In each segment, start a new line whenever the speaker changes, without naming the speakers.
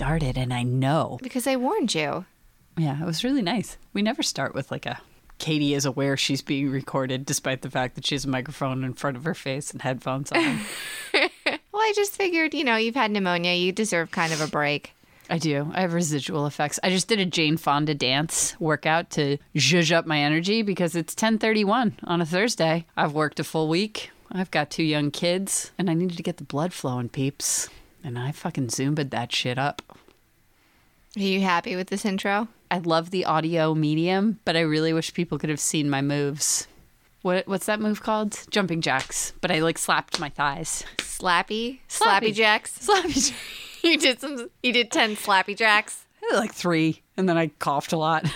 and I know.
Because I warned you.
Yeah, it was really nice. We never start with like a Katie is aware she's being recorded despite the fact that she has a microphone in front of her face and headphones on.
Well, I just figured, you know, you've had pneumonia. You deserve kind of a break.
I do. I have residual effects. I just did a Jane Fonda dance workout to zhuzh up my energy because it's 10:31 on a Thursday. I've worked a full week. I've got two young kids and I needed to get the blood flowing, peeps. And I fucking zoomed that shit up.
Are you happy with this intro?
I love the audio medium, but I really wish people could have seen my moves. What what's that move called? Jumping jacks. But I like slapped my thighs.
Slappy,
Slappy.
slappy jacks.
Slappy jacks.
You did some. You did ten slappy jacks.
like three, and then I coughed a lot.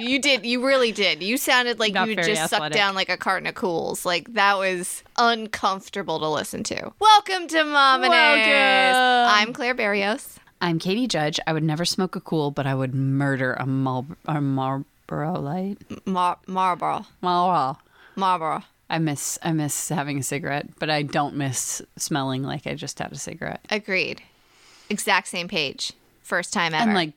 you did. You really did. You sounded like
Not
you
very
just sucked
athletic.
down like a carton of cools. Like that was uncomfortable to listen to. Welcome to Mom and Airs.
Welcome.
I'm Claire Barrios.
I'm Katie Judge. I would never smoke a cool, but I would murder a, Marl- a Marlboro light.
Mar- Marlboro.
Marlboro.
Marlboro.
I miss I miss having a cigarette, but I don't miss smelling like I just had a cigarette
Agreed. Exact same page. First time ever.
and like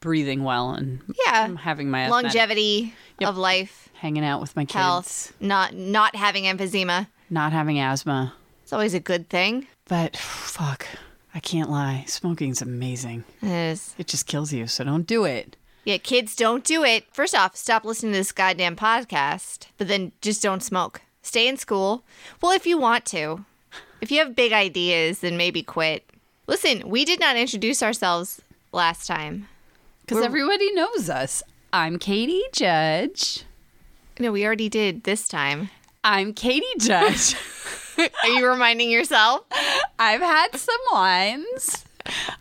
breathing well and
yeah,
having my asthmatic-
longevity of life,
hanging out with my kids,
health, not not having emphysema.
not having asthma.
It's always a good thing.
But fuck, I can't lie. Smoking's amazing.
It is.
It just kills you, so don't do it.
Yeah, kids, don't do it. First off, stop listening to this goddamn podcast, but then just don't smoke. Stay in school. Well, if you want to, if you have big ideas, then maybe quit. Listen, we did not introduce ourselves last time.
Because everybody knows us. I'm Katie Judge.
No, we already did this time.
I'm Katie Judge.
Are you reminding yourself?
I've had some wines.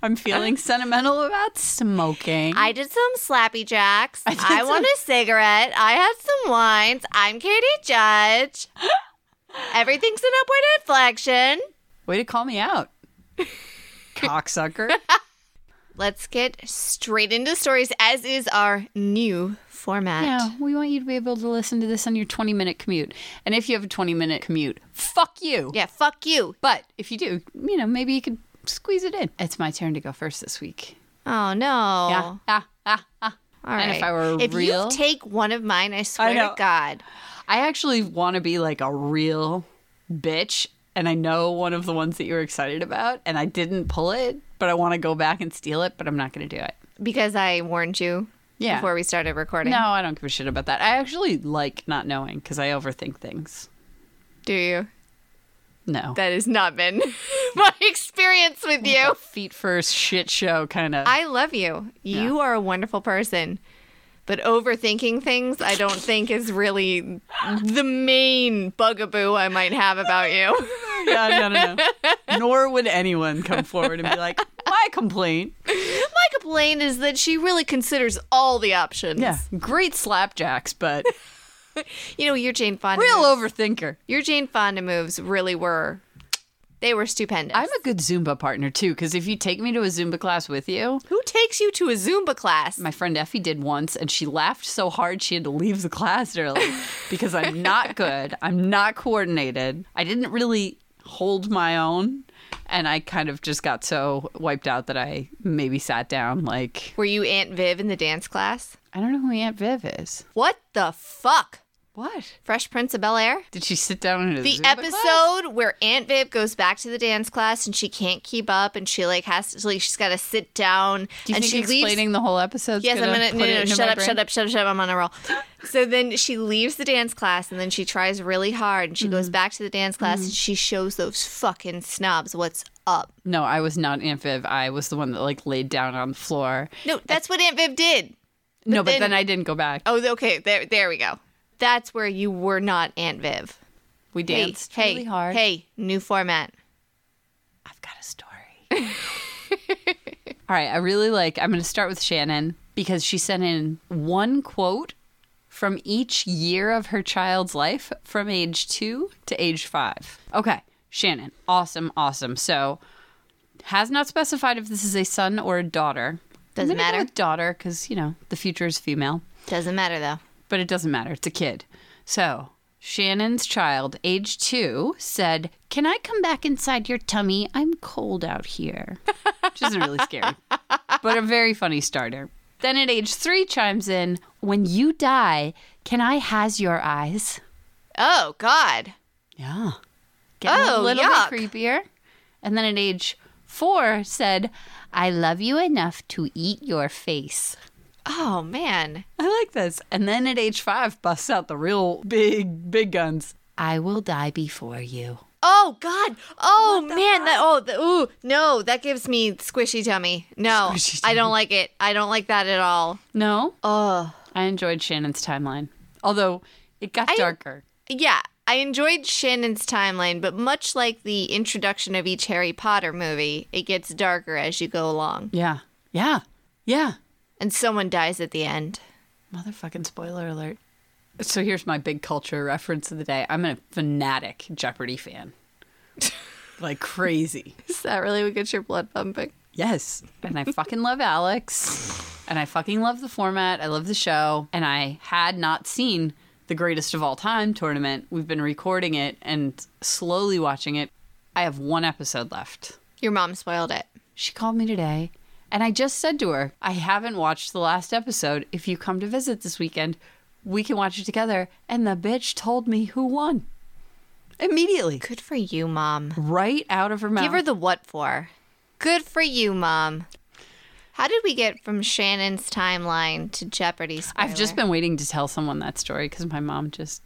I'm feeling sentimental about smoking.
I did some slappy jacks. I,
did some-
want a cigarette. I had some wines. I'm Katie Judge. Everything's an upward inflection.
Way to call me out, cocksucker.
Let's get straight into stories, as is our new format.
yeah, we want you to be able to listen to this on your 20 minute commute. And if you have a 20 minute commute, fuck you.
Yeah, fuck you.
But if you do, you know, maybe you could squeeze it in. It's my turn to go first this week.
Oh no.
Yeah. Ah, ah, ah.
All right.
And if I were real,
you take one of mine, I swear
know.
to God.
I actually want to be like a real bitch. And I know one of the ones that you were excited about, and I didn't pull it, but I want to go back and steal it, but I'm not going to do it.
Because I warned you
Yeah.
before we started recording.
No, I don't give a shit about that. I actually like not knowing because I overthink things.
Do you?
No.
That has not been my experience with you.
Feet first shit show kind of.
I love you. You are a wonderful person. But overthinking things, I don't think is really the main bugaboo I might have about you.
Yeah, no, no, no. Nor would anyone come forward and be like, my complaint.
My complaint is that she really considers all the options.
Yeah. Great slapjacks, but
You know, your Jane Fonda
real
moves,
overthinker.
your Jane Fonda moves really were they were stupendous.
I'm a good Zumba partner too, because if you take me to a Zumba class with you,
Who takes you to a Zumba class?
my friend Effie did once, and she laughed so hard she had to leave the class early because I'm not good. I'm not coordinated. I didn't really hold my own. And I kind of just got so wiped out that I maybe sat down like,
were you Aunt Viv in the dance class?
I don't know who Aunt Viv is.
What the fuck?
What?
Fresh Prince of Bel Air?
Did she sit down in a
The
Zumba
episode
class?
where Aunt Viv goes back to the dance class and she can't keep up and she like has to like she's got to sit down
Do you
and
think
she leaves
explaining the whole episode?
Yes, I'm gonna.
put
No, no,
it
no,
into
shut
my
up,
brain?
shut up, shut up, shut up. I'm on a roll. So then she leaves the dance class, and then she tries really hard, and she goes
Mm-hmm.
back to the dance class, and she shows those fucking snobs what's up.
No, I was not Aunt Viv. I was the one that like laid down on the floor.
No, that's what Aunt Viv did.
no, but
then-
then I didn't go back.
Oh, okay, there, there we go. That's where you were not Aunt Viv.
We
Hey,
danced
hey,
really hard.
hey, new format.
I've got a story. All right, I really like I'm going to start with Shannon because she sent in one quote from each year of her child's life from age 2 to age 5. Okay, Shannon, awesome, awesome. So, has not specified if this is a son or a daughter. I'm gonna
Doesn't
go
matter.
with daughter cuz you know, the future is female
Doesn't matter though.
but it doesn't matter. It's a kid. So Shannon's child, age two, said, Can I come back inside your tummy? I'm cold out here. Which isn't really scary. but a very funny starter. Then at age three chimes in, when you die, can I has your eyes?
Oh God.
Yeah. Getting a
Oh,
little
yuck.
bit creepier. And then at age four said, I love you enough to eat your face.
Oh man.
I like this. And then at age five busts out the real big, big guns. I will die before you.
Oh God. Oh man. That. Oh. The, ooh. No. That gives me squishy tummy. No.
Squishy
I don't like it. I don't like that at all.
No,
Oh.
I enjoyed Shannon's timeline. Although it got darker.
Yeah. I enjoyed Shannon's timeline, but much like the introduction of each Harry Potter movie, it gets darker as you go along.
Yeah. Yeah. Yeah.
And someone dies at the end.
Motherfucking spoiler alert. So here's my big culture reference of the day. I'm a fanatic Jeopardy fan. like crazy.
Is that really what gets your blood pumping?
Yes. And I fucking love Alex. And I fucking love the format. I love the show. And I had not seen the greatest of all time tournament. We've been recording it and slowly watching it. I have one episode left.
Your mom spoiled it.
She called me today and I just said to her, I haven't watched the last episode. If you come to visit this weekend, we can watch it together. And the bitch told me who won immediately,
Good for you, mom.
right out of her mouth.
Give her the what for. Good for you, mom. How did we get from Shannon's timeline to Jeopardy? Spoiler?
I've just been waiting to tell someone that story because my mom just,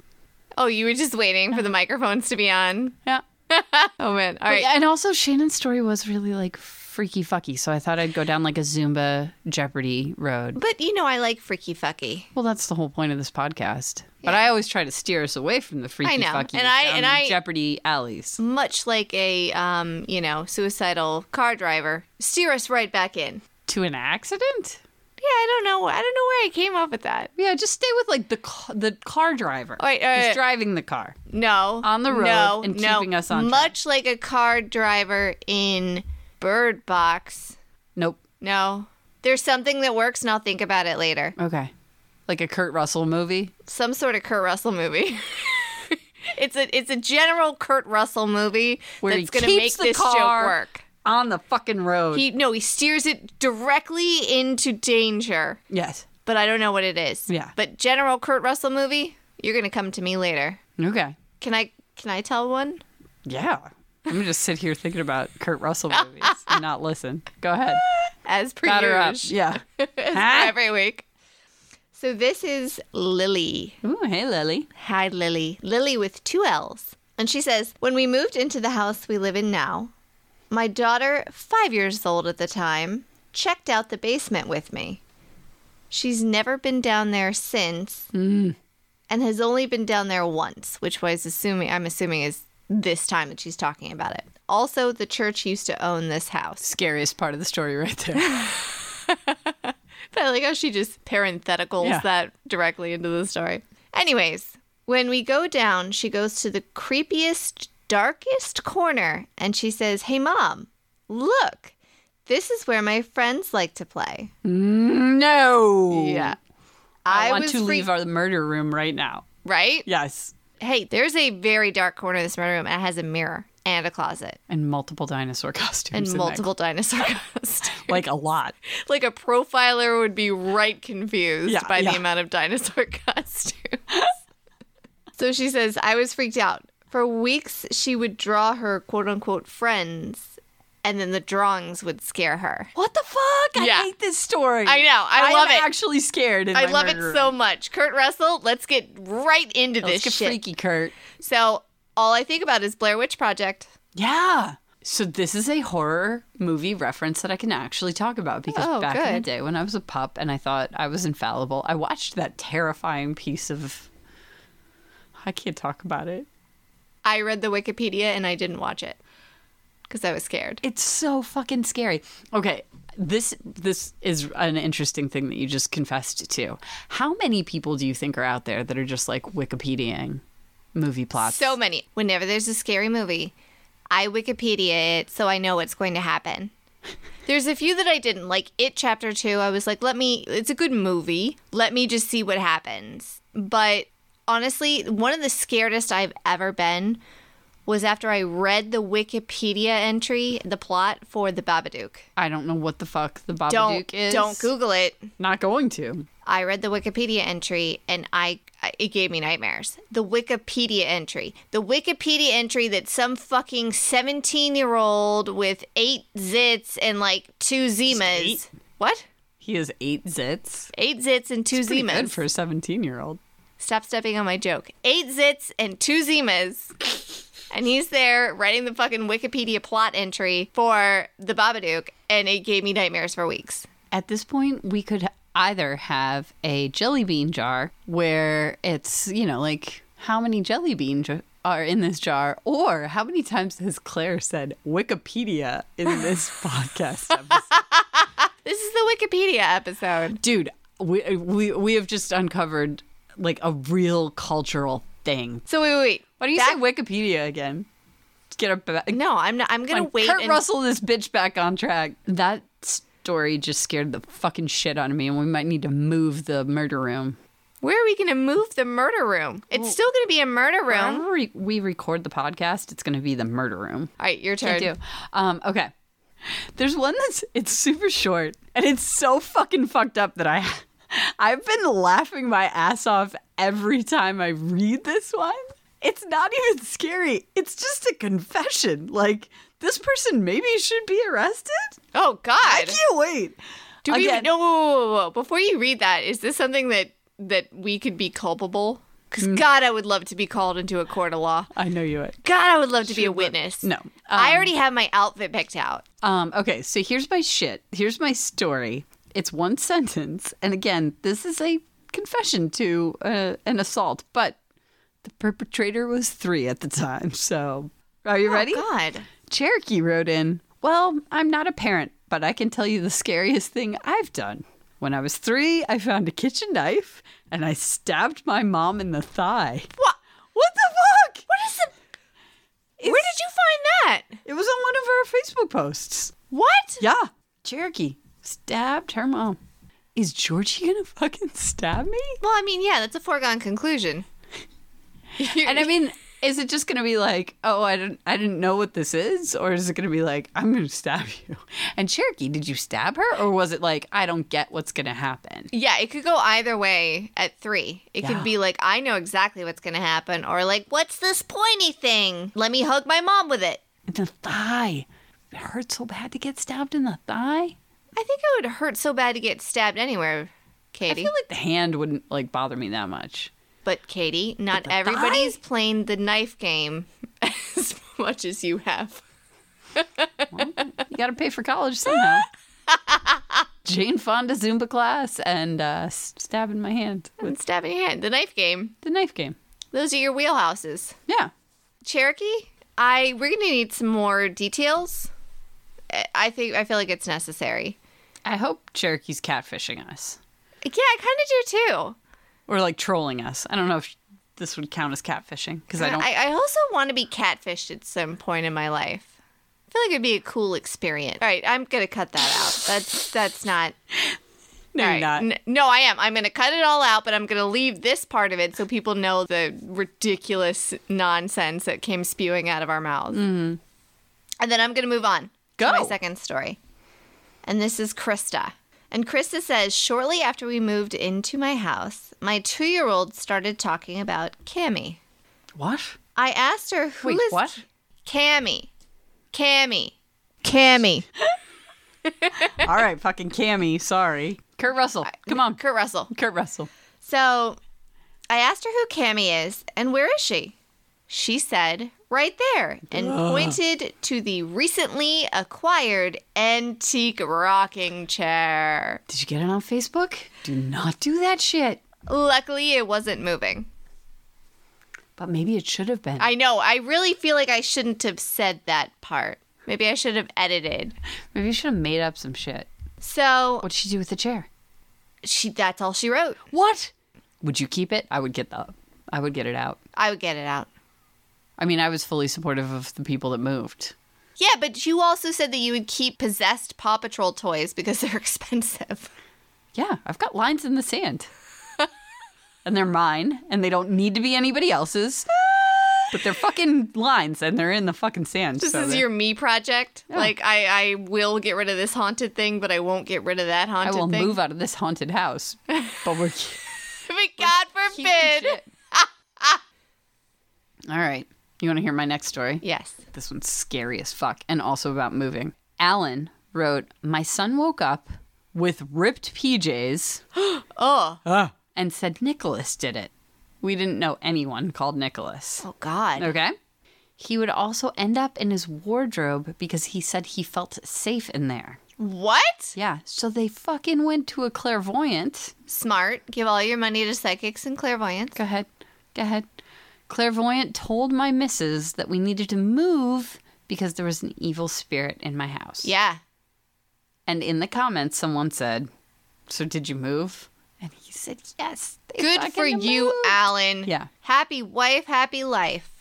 Oh, you were just waiting for the microphones to be on.
yeah.
Oh man! All right.
And also, Shannon's story was really like freaky fucky. So I thought I'd go down like a Zumba Jeopardy road.
But you know, I like freaky fucky.
Well, that's the whole point of this podcast. But I always try to steer us away from the freaky
know.
fucky
And I-
down
and
the
I-
Jeopardy alleys.
Much like a, um, you know, suicidal car driver, steer us right back in.
To an accident?
Yeah, I don't know. I don't know where I came up with that.
Yeah, just stay with like the ca- the car driver.
All right, all right.
Who's driving the car?
No,
On the road
no,
and
no.
keeping us on track.
Much like a car driver in Bird Box.
Nope.
No, there's something that works, and I'll think about it later.
Okay. Like a Kurt Russell movie.
some sort of Kurt Russell movie. it's a it's a general Kurt Russell movie
Where he
that's going to
keeps
make
the
this
car-
joke work.
On the fucking road.
He no, he steers it directly into danger,
yes.
but I don't know what it is.
Yeah.
But general Kurt Russell movie, you're going to come to me later.
Okay.
Can I can I tell one?
Yeah. I'm gonna just sit here thinking about Kurt Russell movies and not listen. Go ahead.
As per
Got her up.
usual.
Yeah.
As
Huh?
every week. So this is Lily.
Ooh, hey Lily.
Hi, Lily. Lily with two L's. And she says, When we moved into the house we live in now, my daughter, five years old at the time, checked out the basement with me. She's never been down there since and has only been down there once, which was assuming I'm assuming is this time that she's talking about it. Also, the church used to own this house.
Scariest part of the story right there.
But I like how she just parentheticals
Yeah.
that directly into the story. Anyways, when we go down, she goes to the creepiest, darkest corner and she says, Hey, mom, look, this is where my friends like to play.
Mm, no. I,
I,
want
was
to
freak-
leave our murder room right now.
right?
Yes.
Hey, there's a very dark corner of this murder room and it has a mirror and a closet
And multiple dinosaur costumes.
and
in that-
multiple dinosaur costumes.
like a lot.
like a profiler would be right confused
Yeah,
by
yeah.
the amount of dinosaur costumes. so she says, I was freaked out. For weeks, she would draw her quote unquote friends, and then the drawings would scare her.
What the fuck? I
Yeah.
hate this story.
I know. I
am
love it.
Actually scared. in
I
my
love it
murder
so
room.
much. Kurt Russell, let's get right into
Let's
this
get
shit.
freaky, Kurt.
So, all I think about is Blair Witch Project.
Yeah. So this is a horror movie reference that I can actually talk about because
Oh,
back in the
good.
day when I was a pup and I thought I was infallible, I watched that terrifying piece of. I can't talk about it.
I read the Wikipedia and I didn't watch it because I was scared.
It's so fucking scary. Okay, this this is an interesting thing that you just confessed to. How many people do you think are out there that are just like Wikipediaing movie plots?
So many. Whenever there's a scary movie, I Wikipedia it so I know what's going to happen. There's a few that I didn't like. It Chapter 2, I was like, let me, it's a good movie. Let me just see what happens. But honestly, one of the scaredest I've ever been was after I read the Wikipedia entry, the plot for The Babadook.
I don't know what the fuck the Babadook
Don't
is.
don't Google it.
Not going to.
I read the Wikipedia entry and I it gave me nightmares. The Wikipedia entry. The Wikipedia entry that some fucking 17-year-old with 8 zits and like 2
eight?
zimas. What?
He has eight zits.
8 zits and 2
Pretty
zimas.
good for a seventeen-year-old.
Stop stepping on my joke. Eight zits and two zimas. And he's there writing the fucking Wikipedia plot entry for the Babadook, and it gave me nightmares for weeks.
At this point, we could either have a jelly bean jar where it's, you know, like how many jelly beans are in this jar, or how many times has Claire said Wikipedia in this podcast episode?
This is the Wikipedia episode.
Dude, we, we, we have just uncovered like a real cultural thing.
So wait, wait, wait.
Why do you
That-
say Wikipedia again? Let's Get a ba-
No, I'm not. I'm gonna
Like,
wait.
Kurt
and-
Russell, this bitch back on track. That story just scared the fucking shit out of me, and we might need to move the murder room.
Where are we gonna move the murder room? It's still gonna be a murder room.
Whenever we- we record the podcast, it's going to be the murder room.
All right, your turn.
I do. Um, okay. There's one that's it's super short and it's so fucking fucked up that I I've been laughing my ass off every time I read this one. It's not even scary. It's just a confession. Like this person maybe should be arrested.
Oh God.
I can't wait.
do we?
Again-
No, whoa, whoa, whoa, whoa. Before you read that, is this something that that we could be culpable? Because
Mm.
God, I would love to be called into a court of law.
I know you would.
God, I would love to be a witness.
No.
I already have my outfit picked out.
Um, okay, so here's my shit. Here's my story. It's one sentence, and again, this is a confession to uh, an assault, but the perpetrator was three at the time. So, are you ready?
Oh, God.
Cherokee wrote in, Well, I'm not a parent, but I can tell you the scariest thing I've done. When I was three, I found a kitchen knife and I stabbed my mom in the thigh.
What?
What the fuck?
What is the. Where did you find that?
It was on one of our Facebook posts.
What?
Yeah. Cherokee stabbed her mom. Is Georgie gonna fucking stab me?
Well, I mean, yeah, that's a foregone conclusion.
And I mean, is it just gonna be like, oh, I didn't, I didn't know what this is, or is it gonna be like, I'm gonna stab you? And Cherokee, did you stab her, or was it like, I don't get what's gonna happen?
Yeah, it could go either way at three. It
Yeah.
could be like, I know exactly what's going to happen, or like, what's this pointy thing? Let me hug my mom with it.
In the thigh, it hurt so bad to get stabbed in the thigh.
I think it would hurt so bad to get stabbed anywhere,
I
Katie.
feel like the hand wouldn't like bother me that much.
but, Katie, not
the thigh?
everybody's playing the knife game as much as you have.
You gotta pay for college somehow. Jane Fonda Zumba class and uh, stab in my hand with
and stab in your hand. The knife game.
the knife game.
Those are your wheelhouses.
Yeah.
Cherokee, I we're gonna need some more details. I- I think I feel like it's necessary.
I hope Cherokee's catfishing us
Yeah, I kind of do too.
or like trolling us. I don't know if this would count as catfishing because I don't.
I, I also want to be catfished at some point in my life. I feel like it'd be a cool experience. All right, I'm gonna cut that out. That's that's not.
no,
all
you're not.
right. N- no, I am. I'm gonna cut it all out, but I'm gonna leave this part of it so people know the ridiculous nonsense that came spewing out of our mouths. Mm-hmm. And then I'm gonna move on.
Go.
To my second story. And this is Krista. And Krista says, shortly after we moved into my house, my two year old started talking about Cammy.
What?
I asked her who is
Wait, what?
Cammy. Cammy. Cammy.
All right, fucking Cammy. Sorry, Kurt Russell. Come on, Kurt,
Kurt Russell.
Russell.
So I asked her who Cammy is and where is she? She said, right there, and pointed to the recently acquired antique rocking chair.
Did you get it on Facebook? Do not do that shit.
Luckily, it wasn't moving.
But maybe it should have been.
I know. I really feel like I shouldn't have said that part. Maybe I should have edited.
maybe you should have made up some shit.
So
What'd she do with the chair?
she that's all she wrote.
What? Would you keep it? I would get the. I would get it out.
I would get it out.
I mean, I was fully supportive of the people that moved.
Yeah, but you also said that you would keep possessed Paw Patrol toys because they're expensive.
Yeah, I've got lines in the sand. and they're mine, and they don't need to be anybody else's. But they're fucking lines and they're in the fucking sand.
This
so
is
they're-
your me project. Like I, I will get rid of this haunted thing, but I won't get rid of that
I
haunted
will
thing.
move out of this haunted house. But we're
But God
keeping
forbid.
shit. All right. You want to hear my next story?
Yes.
This one's scary as fuck and also about moving. Alan wrote, My son woke up with ripped PJs
Oh.
and said Nicholas did it. We didn't know anyone called Nicholas.
Oh God.
Okay. He would also end up in his wardrobe because he said he felt safe in there.
What?
Yeah. So they fucking went to a clairvoyant.
Smart. Give all your money to psychics and clairvoyants.
Go ahead. Go ahead. Clairvoyant told my missus that we needed to move because there was an evil spirit in my house.
Yeah.
And in the comments, someone said, So did you move? And he said, Yes. they
Good for
fucking
you,
moved."
Alan.
Yeah.
Happy wife, happy life.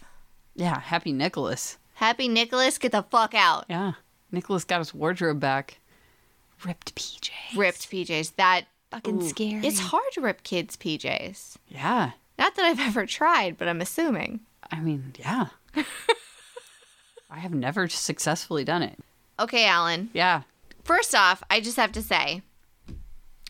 Yeah. Happy Nicholas.
Happy Nicholas, get the fuck out.
Yeah. Nicholas got his wardrobe back. Ripped PJ.
Ripped PJs. That
Fucking scary.
It's hard to rip kids' PJs.
Yeah.
Not that I've ever tried, but I'm assuming.
I mean, yeah. I have never successfully done it.
Okay, Alan.
Yeah.
First off, I just have to say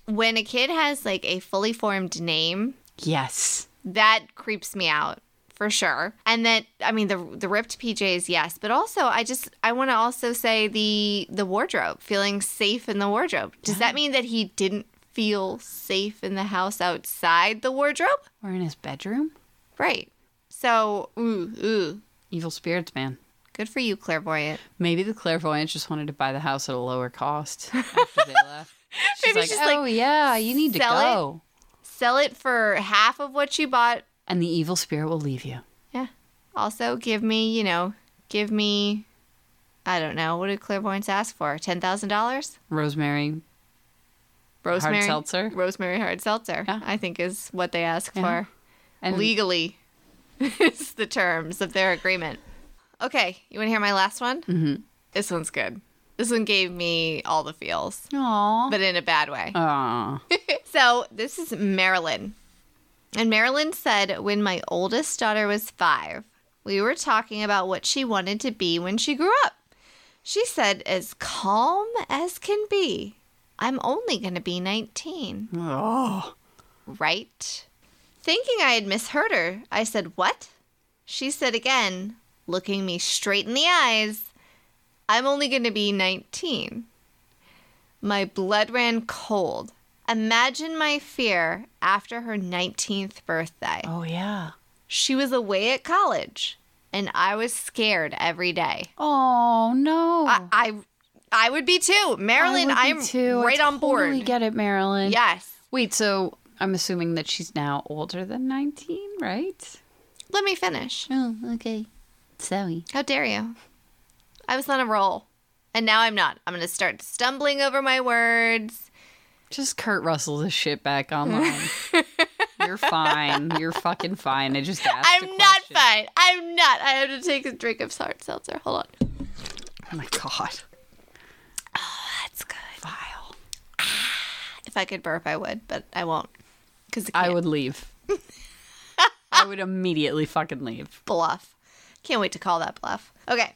when a kid has like a fully formed name,
Yes.
that creeps me out for sure. And that I mean the the ripped PJs, yes, but also I just I want to also say the the wardrobe, feeling safe in the wardrobe. Does that mean that he didn't feel safe in the house outside the wardrobe?
We're in his bedroom.
Right. So, ooh, ooh.
Evil spirits, man.
Good for you, clairvoyant.
Maybe the clairvoyant just wanted to buy the house at a lower cost after they left. She's
Maybe
like,
she's
oh,
like,
yeah, you need to
"Sell it."
go.
Sell it for half of what you bought.
And the evil spirit will leave you.
Yeah. Also, give me, you know, give me I don't know, what did clairvoyants ask for? $10,000?
Rosemary.
Rosemary
seltzer?
Rosemary hard seltzer.
Yeah.
I think is what they ask
Yeah.
for
And
legally. it's the terms of their agreement. Okay, you want to hear my last one? Mm-hmm. This one's good. This one gave me all the feels,
Aw.
but in a bad way.
Aw.
So this is Marilyn. And Marilyn said, when my oldest daughter was five, we were talking about what she wanted to be when she grew up. She said, as calm as can be, I'm only going to be 19.
Oh.
Right? Thinking I had misheard her, I said, What? She said again, looking me straight in the eyes, I'm only going to be 19. My blood ran cold. Imagine my fear after her 19th birthday.
Oh, yeah.
She was away at college, and I was scared every day.
Oh, no.
I, I, I would be too. Marilyn,
I would
I'm
be too. I
right on board.
totally get it, Marilyn.
yes.
Wait, so I'm assuming that she's now older than 19, right?
Let me finish.
Oh, okay. Sorry.
How dare you? I was on a roll. And now I'm not. I'm going to start stumbling over my words.
Just Kurt Russell this shit back online. You're fine. You're fucking fine. I just asked. a
I'm not
question.
fine. I'm not. I have to take a drink of hard seltzer. Hold on.
Oh my god.
That's good.
Vile.
Ah, If I could burp, I would, but I won't. Because
I would leave. I would immediately fucking leave.
bluff. Can't wait to call that bluff. Okay.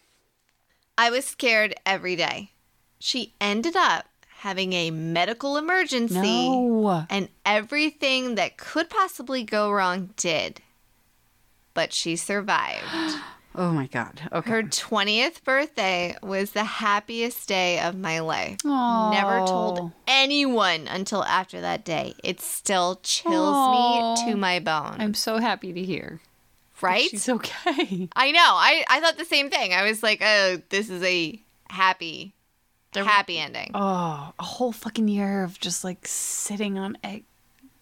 I was scared every day. She ended up having a medical emergency.
No.
and everything that could possibly go wrong did. But she survived.
Oh my god. Okay.
Her 20th birthday was the happiest day of my life. Never told
Oh.
anyone until after that day. It still chills
Aw.
me to my bone.
I'm so happy to hear.
right?
She's okay.
I know. I, I thought the same thing. I was like, oh, this is a happy, happy ending.
Oh, a whole fucking year of just like sitting on egg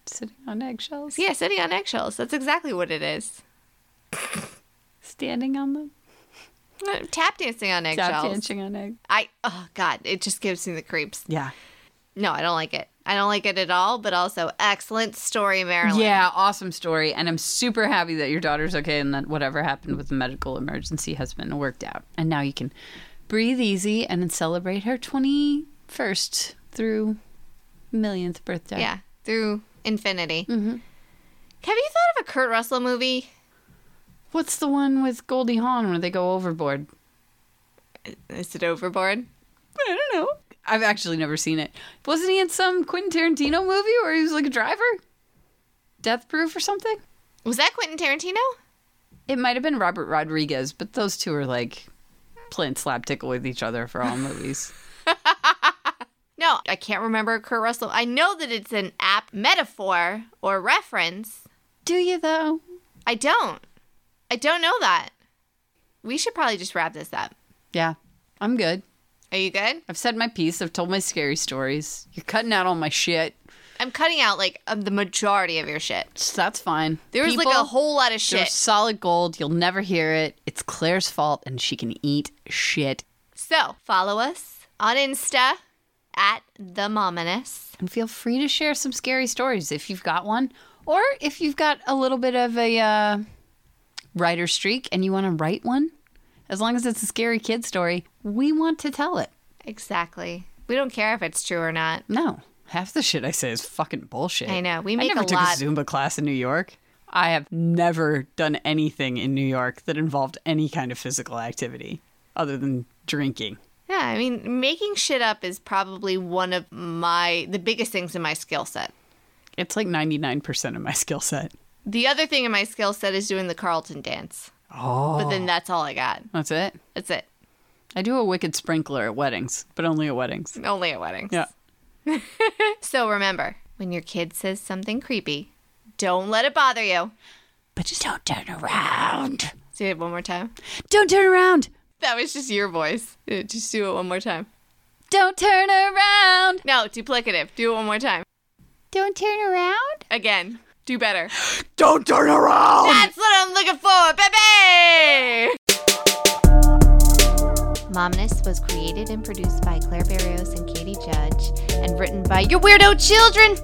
sitting on eggshells.
Yeah, sitting on eggshells. That's exactly what it is.
Standing on them.
Tap dancing on
Tap
eggshells.
dancing on egg.
I oh god, it just gives me the creeps.
Yeah.
No, I don't like it. I don't like it at all, but also excellent story, Marilyn.
Yeah, awesome story. And I'm super happy that your daughter's okay and that whatever happened with the medical emergency has been worked out. And now you can breathe easy and celebrate her 21st through millionth birthday.
Yeah. Mm-hmm. Through infinity. Have you thought of a Kurt Russell movie?
What's the one with Goldie Hawn where they go overboard?
Is it overboard?
I don't know. I've actually never seen it. Wasn't he in some Quentin Tarantino movie where he was like a driver? Death Proof or something?
Was that Quentin Tarantino?
It might have been Robert Rodriguez, but those two are like playing slap tickle with each other for all movies.
No, I can't remember Kurt Russell. I know that it's an apt metaphor or reference.
Do you though?
I don't. I don't know that. We should probably just wrap this up.
Yeah, I'm good.
Are you good?
I've said my piece. I've told my scary stories. You're cutting out all my shit.
I'm cutting out like um, the majority of your shit.
So that's fine.
There was like
People,
a whole lot of
You're
shit.
solid gold. You'll never hear it. It's Claire's fault, and she can eat shit.
So follow us on Insta at the Mominous.
And feel free to share some scary stories if you've got one, or if you've got a little bit of a uh, writer streak and you want to write one. As long as it's a scary kid story, we want to tell it.
Exactly. We don't care if it's true or not.
No, half the shit I say is fucking bullshit.
I know. We make
I never
a
took
lot-
a Zumba class in New York. I have never done anything in New York that involved any kind of physical activity other than drinking.
Yeah, I mean, making shit up is probably one of my the biggest things in my skill set.
It's like 99% of my skill set.
The other thing in my skill set is doing the Carlton dance.
Oh.
But then that's all I got.
That's it.
That's it.
I do a wicked sprinkler at weddings, but only at weddings.
Only at weddings.
Yeah.
So remember, when your kid says something creepy, don't let it bother you.
But just don't turn around.
Say it one more time.
Don't turn around.
That was just your voice. Uh, Just do it one more time.
Don't turn around.
No, duplicative. Do it one more time.
Don't turn around.
Again. Do better.
Don't turn around.
That's what I'm looking for, baby! Momness was created and produced by Claire Barrios and Katie Judge and written by your weirdo children!